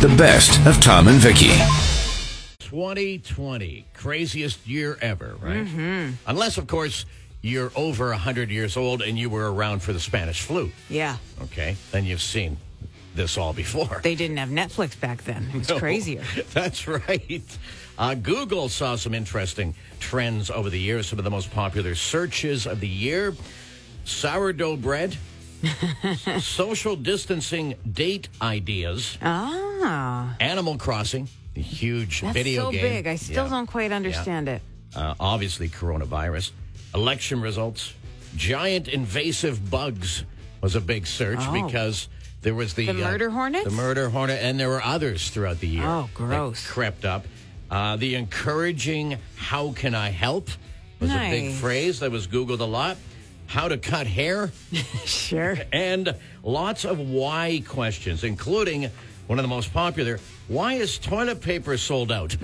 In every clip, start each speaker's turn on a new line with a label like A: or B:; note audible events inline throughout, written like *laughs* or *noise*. A: the best of Tom and Vicky.
B: 2020, craziest year ever, right?
C: Mm-hmm.
B: Unless, of course, you're over 100 years old and you were around for the Spanish flu,
C: Yeah.
B: okay? Then you've seen this all before.
C: They didn't have Netflix back then. It was crazier.
B: *laughs* That's right. Uh, Google saw some interesting trends over the years, some of the most popular searches of the year sourdough
C: *laughs*
B: bread, s- social distancing date ideas,
C: Ah.
B: Animal Crossing, the huge
C: Uh. That's
B: video
C: so
B: game.
C: big. I still
B: Yeah.
C: don't quite understand it.
B: uh, obviously coronavirus, election results, giant invasive bugs was a big search
C: Oh.
B: because there was the, uh,
C: The murder hornets?
B: the murder hornet, and there were others throughout the year.
C: Oh, gross.
B: That crept up. Uh, the encouraging "How can I help?" was a big
C: Nice.
B: phrase that was Googled a lot. How to cut
C: *laughs*
B: hair *laughs*
C: Sure.
B: and lots of why questions, including one of the most popular: Why is toilet paper sold out?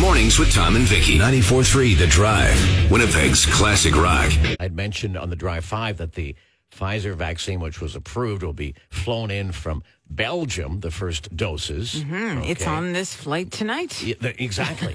A: Mornings with Tom and Vicky. 94.3 The Drive. Winnipeg's classic rock.
B: I'd mentioned on the Drive 5 that the Pfizer vaccine, which was approved, will be flown in from Belgium, the first doses.
C: Mm-hmm, It's
B: Okay.
C: on this flight tonight.
B: Yeah, the-
C: *laughs*
B: exactly.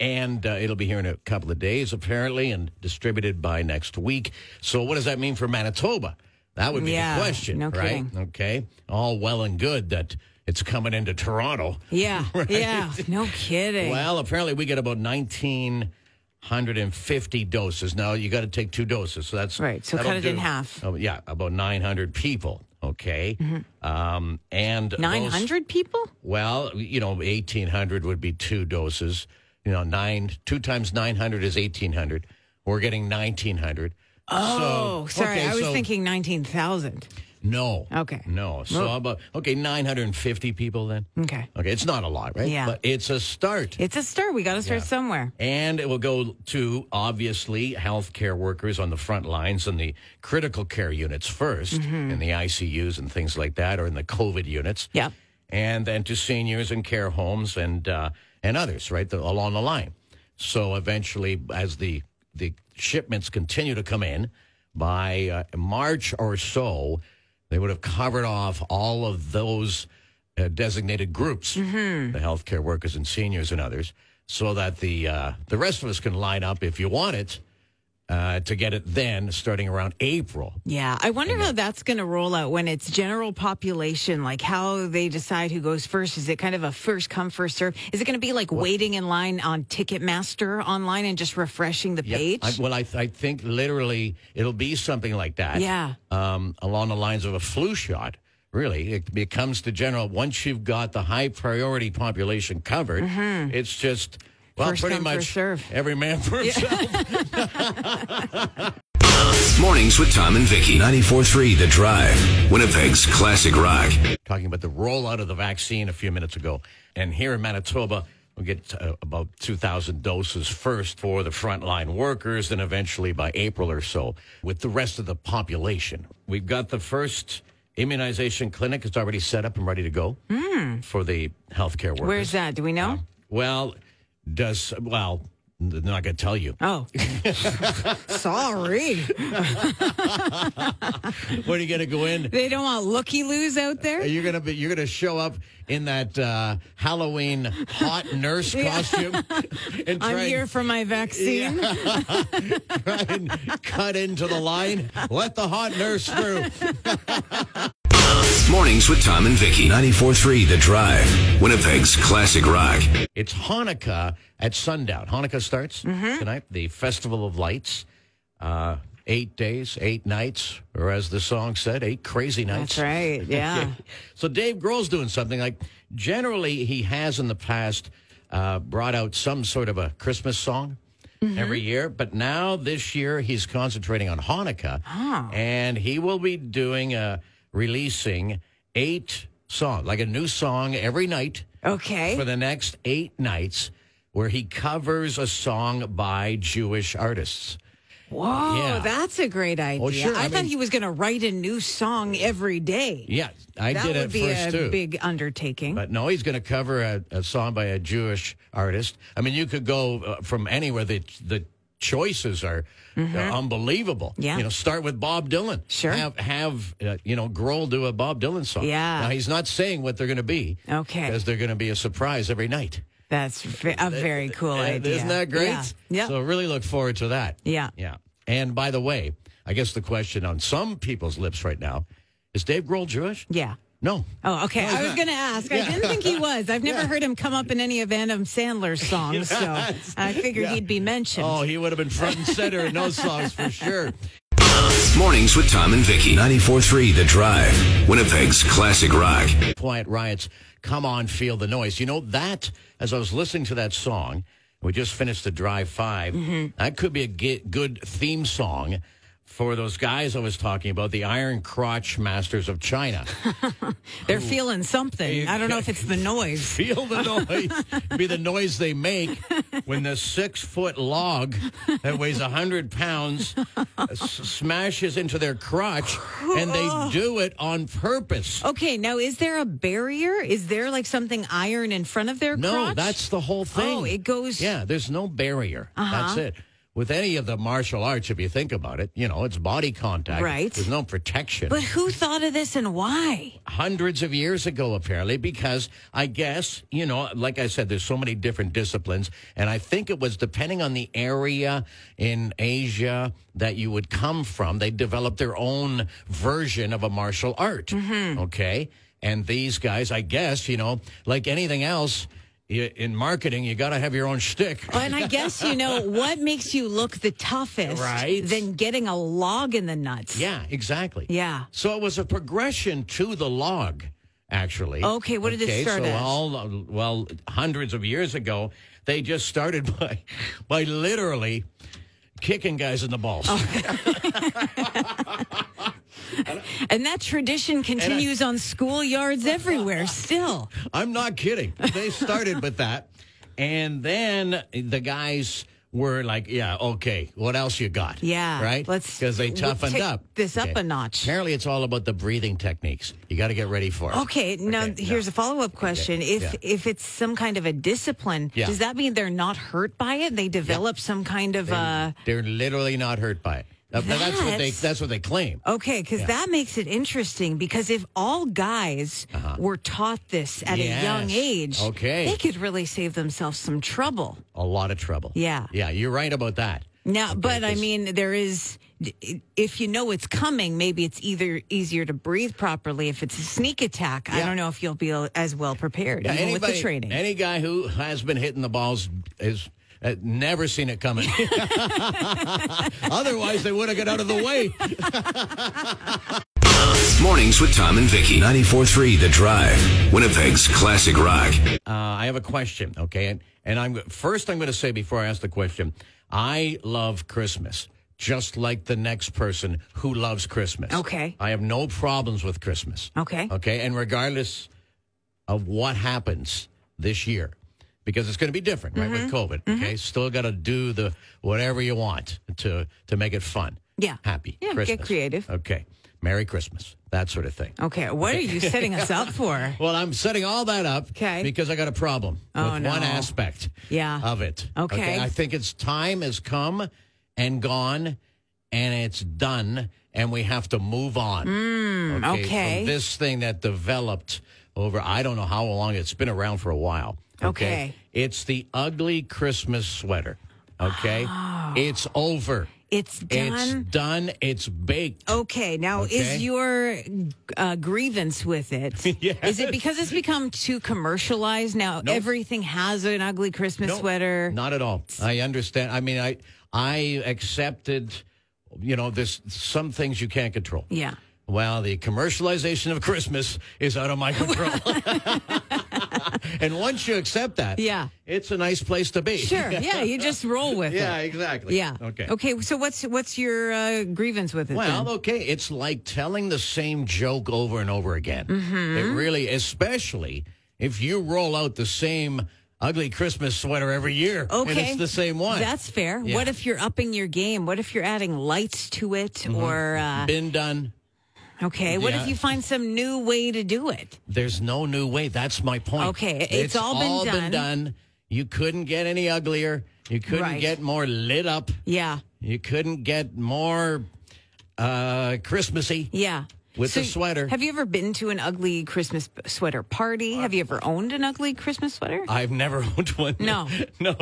B: and uh, it'll be here in a couple of days, apparently, and distributed by next week. So, what does that mean for Manitoba? That would be
C: Yeah,
B: the question,
C: no
B: right?
C: kidding.
B: Okay. All well and good that it's coming into Toronto.
C: Yeah.
B: *laughs*
C: Yeah. No kidding.
B: Well, apparently we get about 1,950 doses. Now, you got to take two doses. So that's.
C: Right, so cut
B: that'll
C: it in
B: do-
C: half.
B: Oh, yeah, about 900 people. Okay.
C: Mm-hmm.
B: Um, and. those-
C: 900 people?
B: well, you know, 1,800 would be two doses. You know, nine, two times 900 is 1,800. We're getting 1,900.
C: Oh, sorry. I was thinking 19,000.
B: No.
C: Okay.
B: No. So, about, okay, 950 people then.
C: Okay.
B: Okay, it's not a lot, right?
C: Mm. Yeah.
B: But it's a start.
C: It's a start. We got to start somewhere.
B: And it will go to obviously healthcare workers on the front lines and the critical care units 1st in the ICUs and things like that, or in the COVID units.
C: Yep.
B: And then to seniors and care homes and uh, and others, right, the, along the line. So eventually, as the the shipments continue to come in, by uh, March or so, they would have covered off all of those uh, designated groups, the healthcare workers and seniors and others, so that the uh, the rest of us can line up if you want it uh, to get it then, starting around April.
C: Yeah, I wonder how that's going to roll out when it's general population, like how they decide who goes first. Is it kind of a first come, first serve? Is it going to be like waiting in line on Ticketmaster online and just refreshing the page?
B: I, well, I, th- I think literally it'll be something like that.
C: Yeah.
B: Um, along the lines of a flu shot. Really, it becomes the general. Once you've got the high priority population covered, it's just well,
C: Mm-hmm. First
B: pretty
C: come,
B: much
C: first serve.
B: every man for himself.
A: Mornings with Tom and Vicky. 94.3 The Drive. Winnipeg's classic rock.
B: Talking about the rollout of the vaccine a few minutes ago, and here in Manitoba, we'll get uh, about two thousand doses first for the frontline workers, and eventually by April or so with the rest of the population. We've got the first immunization clinic; it's already set up and ready to go for the healthcare workers.
C: Hmm. Where's that? Do we know?
B: Well, does well? They're not going to tell you.
C: oh, *laughs* sorry.
B: Where are you going to go in?
C: They don't want looky loos out there.
B: You're gonna be. You're gonna show up in that uh, Halloween hot
C: *laughs*
B: nurse costume and
C: I'm
B: try
C: here
B: and,
C: for my vaccine.
B: try and cut into the line. Let the hot nurse through.
A: Mornings with Tom and Vicky. 94.3 The Drive. Winnipeg's classic rock.
B: It's Hanukkah at sundown. Hanukkah starts tonight. The Festival of Lights. Uh, eight days, eight nights, or as the song said, eight crazy nights.
C: That's
B: *laughs*
C: right. Yeah.
B: Okay. So Dave Grohl's doing something like generally he has in the past uh, brought out some sort of a Christmas song
C: Mm-hmm.
B: every year, but now this year he's concentrating on Hanukkah,
C: Oh.
B: and he will be doing uh, releasing eight songs, like a new song every night
C: Okay.
B: for the next eight nights, where he covers a song by Jewish artists.
C: Whoa,
B: Yeah.
C: Oh, that's a great idea.
B: sure,
C: I,
B: I
C: thought
B: mean-
C: he was going to write a new song every day.
B: Yeah, I
C: that
B: did
C: would
B: it
C: be
B: first
C: a
B: too.
C: big undertaking.
B: But no, he's going to cover a, a song by a Jewish artist. I mean, you could go uh, from anywhere the the choices are uh, unbelievable.
C: Mm-hmm. Yeah.
B: You know, start with Bob Dylan.
C: Sure.
B: Have, have uh, you know, Grohl do a Bob Dylan song.
C: Yeah.
B: Now, he's not saying what they're going to be.
C: Okay.
B: Because they're going to be a surprise every night.
C: That's ve- a very cool
B: Uh,
C: Oh, idea.
B: Isn't that great?
C: Yeah. Yeah.
B: So really look forward to that.
C: Yeah.
B: Yeah. And by the way, I guess the question on some people's lips right now is Dave Grohl Jewish?
C: Yeah.
B: No.
C: Oh, okay. I was going to ask. I didn't think he was. I've never heard him come up in any of Adam
B: *laughs*
C: Sandler's songs, so I figured he'd be mentioned.
B: Oh, he would have been front and center in those songs for sure.
A: Mornings with Tom and Vicky. 94.3 The Drive. Winnipeg's classic rock.
B: Quiet Riot's Come On Feel the Noise. You know, that, as I was listening to that song, we just finished the Drive 5. That could be a ge- good theme song for those guys I was talking about, the Iron Crotch Masters of China.
C: They're feeling something. I don't know if it's the noise.
B: Feel the noise. It'd be the noise they make when the six foot log that weighs 100 pounds s- smashes into their crotch, and they do it on purpose.
C: Okay, now is there a barrier? Is there like something iron in front of their
B: No,
C: crotch?
B: that's the whole thing.
C: Oh, it goes- Uh-huh.
B: Yeah, there's no barrier. That's it. With any of the martial arts, if you think about it, you know, it's body contact.
C: Right.
B: There's no protection.
C: But who thought of this and why?
B: hundreds of years ago, apparently, because I guess, you know, like I said, there's so many different disciplines. And I think it was depending on the area in Asia that you would come from, they developed their own version of a martial art. Okay. And these guys, I guess, you know, like anything else, you, in marketing, you got to have your own shtick.
C: Oh, and I guess
B: *laughs*
C: you know what makes you look the toughest,
B: Right.
C: Than getting a log in the nuts.
B: Yeah, exactly.
C: Yeah.
B: So it was a progression to the log, actually.
C: Okay, what did it
B: Okay,
C: start
B: so
C: as?
B: all well, hundreds of years ago, they just started *laughs* by by literally kicking guys in the balls.
C: And that tradition continues on
B: *laughs*
C: schoolyards everywhere still.
B: *laughs* I'm not kidding. They started
C: *laughs*
B: with that, and then the guys were like, "Yeah, okay, what else you got?
C: Yeah,
B: right.
C: let's-
B: because they
C: we'll
B: toughened
C: take
B: up
C: this up a notch.
B: Apparently, it's all about the breathing techniques. You got to get ready for it.
C: Okay, now
B: Okay,
C: here's a follow up question. If
B: yeah.
C: if it's some kind of a discipline,
B: Yeah.
C: does that mean they're not hurt by it? They develop some kind of uh
B: They're literally not hurt by it. Now, now that's what they
C: That's-
B: that's what they claim.
C: Okay, because that makes it interesting. Because if all guys were taught this at a young
B: Uh-huh. Yes.
C: age,
B: Okay.
C: they could really save themselves some trouble.
B: A lot of trouble.
C: Yeah.
B: Yeah, you're right about that.
C: Now, but I mean, there is. If you know it's coming, maybe it's either easier to breathe properly. If it's a sneak attack, I
B: Yeah.
C: don't know if you'll be as well prepared even with the training.
B: Any guy who has been hitting the balls is uh, never seen it
C: *laughs*
B: coming. *laughs* Otherwise, they would have got out of the way.
A: Mornings with Tom and Vicky. 94.3 The Drive. Winnipeg's classic rock.
B: Uh, I have a question, okay? And, and I'm first, I'm going to say before I ask the question, I love Christmas. Just like the next person who loves Christmas.
C: Okay.
B: I have no problems with Christmas.
C: Okay.
B: Okay. And regardless of what happens this year, because it's going to be different, right?
C: Mm-hmm.
B: With COVID. Okay. Still got to do the whatever you want to to make it fun.
C: Yeah.
B: Happy.
C: Yeah, get
B: Christmas.
C: creative.
B: Okay. Merry Christmas. That sort of thing.
C: Okay, what are you setting
B: *laughs*
C: us up for?
B: Well, I'm setting all that up
C: 'Kay.
B: because I got a problem
C: Oh,
B: with
C: no.
B: one aspect
C: Yeah.
B: of it.
C: Okay.
B: I think its time has come and gone and it's done and we have to move on. okay. from
C: Mm, okay.
B: this thing that developed over, I don't know how long, it's been around for a while.
C: Okay.
B: It's the ugly Christmas sweater.
C: *gasps*
B: Okay. It's over.
C: It's
B: It's
C: done.
B: done. It's baked.
C: Okay, now
B: Okay.
C: is your uh, grievance
B: *laughs*
C: with it? Is it because it's become too commercialized now? Everything has an ugly Christmas
B: No,
C: sweater.
B: Not at all. I understand. I mean, I I accepted. You know, there's some things you can't control.
C: Yeah.
B: Well, the commercialization of Christmas is out of my control.
C: *laughs*
B: and once you accept that,
C: Yeah.
B: it's a nice place to be.
C: Sure. Yeah, you just roll with
B: *laughs* Yeah,
C: it.
B: exactly.
C: Yeah.
B: Okay.
C: Okay. So what's what's your uh, grievance with it?
B: Well,
C: then?
B: okay, it's like telling the same joke over and over again.
C: Mm-hmm.
B: It really, especially if you roll out the same ugly Christmas sweater every year, and
C: okay,
B: it's the same one.
C: That's fair.
B: Yeah.
C: What if you're upping your game? What if you're adding lights to it, or uh,
B: been done.
C: okay, what
B: Mm-hmm. Yeah.
C: if you find some new way to do it?
B: There's no new way. That's my point.
C: Okay, it's all been done.
B: done. You couldn't get any uglier. You couldn't
C: Right.
B: get more lit up.
C: Yeah.
B: You couldn't get more uh, Christmassy.
C: Yeah.
B: With the sweater.
C: Have you ever been to an ugly Christmas p- sweater party? Have you ever owned an ugly Christmas sweater?
B: I've never *laughs* owned one.
C: No.
B: no.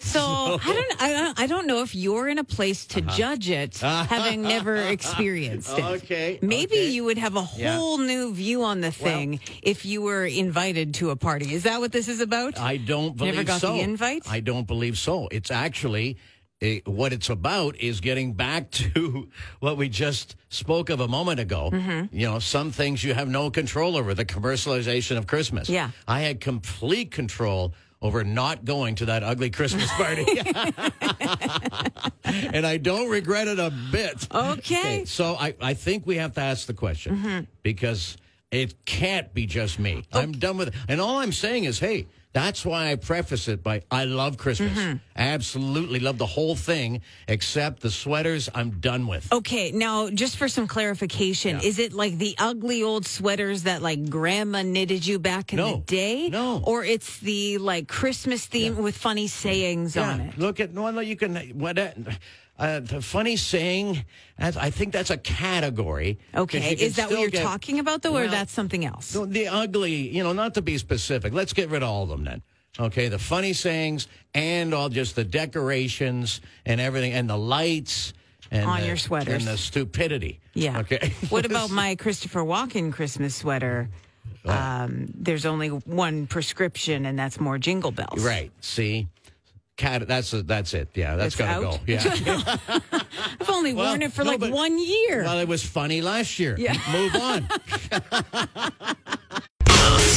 C: So I don't, I don't, I don't know if you're in a place to
B: Uh-huh.
C: judge
B: *laughs*
C: it, having never experienced it.
B: Okay,
C: Maybe
B: okay.
C: you would have a
B: Yeah.
C: whole new view on the thing if you were invited to a party. Is that what this is about?
B: I don't believe
C: Never got
B: so.
C: the invite?
B: I don't believe so. It's actually eh, what it's about is getting back *laughs* to what we just spoke of a moment ago.
C: Mm-hmm.
B: You know, some things you have no control over, the commercialization of Christmas.
C: Yeah.
B: I had complete control over not going to that ugly Christmas *laughs* party. and I don't regret it a bit.
C: Okay. Mm-hmm.
B: So I, I think we have to ask the question because it can't be just me. I'm done with it. And all I'm saying is, hey, that's why I preface it by I love Christmas.
C: Mm-hmm.
B: I absolutely love the whole thing except the sweaters I'm done with.
C: Okay, now just for some clarification, is it like the ugly old sweaters that like grandma knitted you back in the
B: No,
C: day?
B: no.
C: Or it's the like Christmas theme with funny sayings on it?
B: Look at no, no. You can what uh, uh, the funny saying. that's- I think that's a category. 'cause
C: Okay,
B: you can
C: is that what
B: still
C: you're
B: get-
C: talking about though, or
B: Well,
C: that's something else?
B: No, the ugly, you know, not to be specific. Let's get rid of all of them then. Okay, the funny sayings and all just the decorations and everything and the lights and
C: On
B: the-
C: your sweaters.
B: and the stupidity.
C: Yeah.
B: Okay. *laughs*
C: *laughs* what about my Christopher Walken Christmas sweater? Um, there's only one prescription, and that's more jingle bells.
B: right? See, cat. That's that's it. Yeah, that's
C: It's
B: gotta go.
C: out?
B: Yeah.
C: *laughs* I've only
B: Well,
C: worn it for
B: no,
C: like
B: but-
C: one year.
B: Well, it was funny last year.
C: Yeah.
B: *laughs* Move
C: *laughs*
B: on.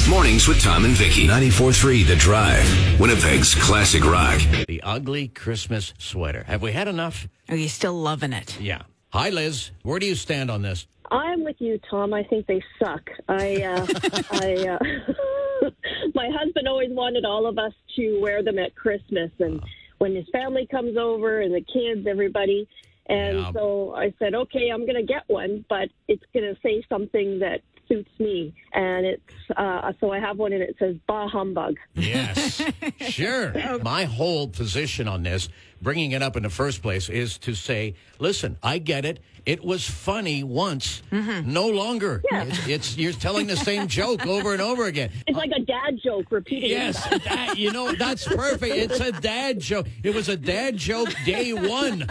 A: Mornings with Tom and Vicky. 94.3 The Drive. Winnipeg's classic rock.
B: the ugly Christmas sweater. Have we had enough?
C: Are you Oh, still loving it?
B: Yeah. Hi, Liz. Where do you stand on this?
D: I'm with you, Tom. I think they suck. I,
B: *laughs*
D: uh, I, uh, *laughs* my husband always wanted all of us to wear them at Christmas, and when his family comes over and the kids, everybody. And
B: Yeah.
D: so I said, okay, I'm going to get one, but it's going to say something that suits me. And it's uh, so I have one, and it says "Bah humbug."
B: Yes, sure. My whole position on this, bringing it up in the first place, is to say, listen, I get it. It was funny once, no longer. It's, it's you're telling the same joke over and over again.
D: It's like a dad joke repeating.
B: Yes,
D: itself.
B: that, you know that's perfect. It's a dad joke. It was a dad joke day one.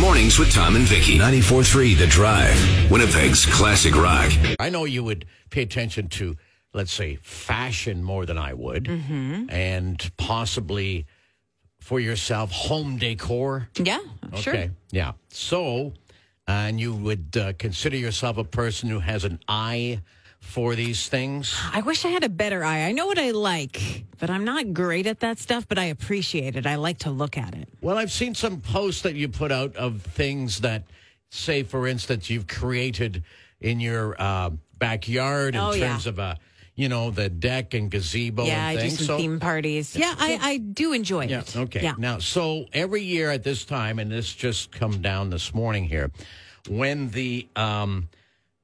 A: Mornings with Tom and Vicky. 94.3 The Drive. Winnipeg's classic rock.
B: I know you would pay attention to, let's say, fashion more than I would, and possibly for yourself home decor.
C: Yeah, sure.
B: Okay. Yeah. So, and you would uh, consider yourself a person who has an eye for these things.
C: I wish I had a better eye. I know what I like, but I'm not great at that stuff, but I appreciate it. I like to look at it.
B: Well, I've seen some posts that you put out of things that, say, for instance, you've created in your uh, backyard in
C: Oh, yeah.
B: terms of a, you know, the deck and gazebo
C: yeah, I
B: and
C: do
B: things.
C: some theme parties. Yeah, I, I do enjoy
B: Yeah.
C: it.
B: Okay.
C: Yeah.
B: Now, so every year at this time, and this just come down this morning here, when the um,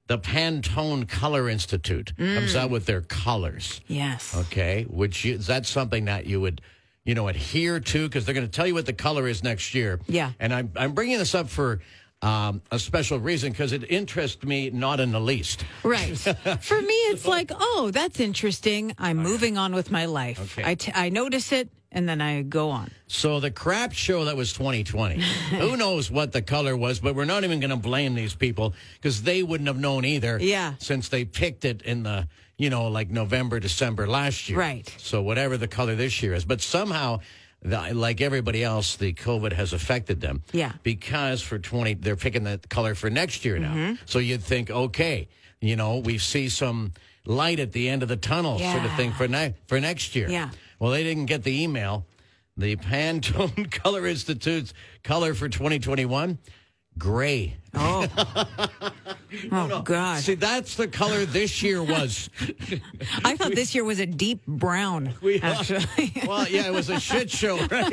B: the Pantone Color Institute
C: Mm.
B: comes out with their colors,
C: yes.
B: okay, which you, is that something that you would, you know, adhere to because they're going to tell you what the color is next year.
C: Yeah.
B: And I'm I'm bringing this up for. Um, a special reason because it interests me not in the least. *laughs*
C: Right. For me, it's like, oh, that's interesting. I'm moving on with my life. I, t- I notice it and then I go on.
B: So the crap show that was 2020.
C: *laughs*
B: Who knows what the color was, but we're not even going to blame these people because they wouldn't have known either.
C: Yeah.
B: Since they picked it in the, you know, like November, December last year.
C: Right.
B: So whatever the color this year is. But somehow, the, like everybody else, the COVID has affected them.
C: Yeah.
B: Because for 20, they're picking the color for next year now.
C: Mm-hmm.
B: So you'd think, okay, you know, we see some light at the end of the tunnel sort of
C: Yeah.
B: thing for, ne- for next year.
C: Yeah.
B: Well, they didn't get the email. The Pantone *laughs* Color Institute's color for 2021 gray.
C: Oh. oh, God.
B: See, that's the color this year was.
C: I thought this year was a deep
B: *laughs*
C: brown, actually.
B: well, yeah, it was a shit show, right?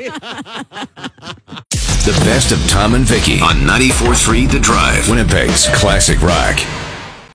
A: The best of Tom and Vicky on 94.3 The Drive. Winnipeg's classic rock.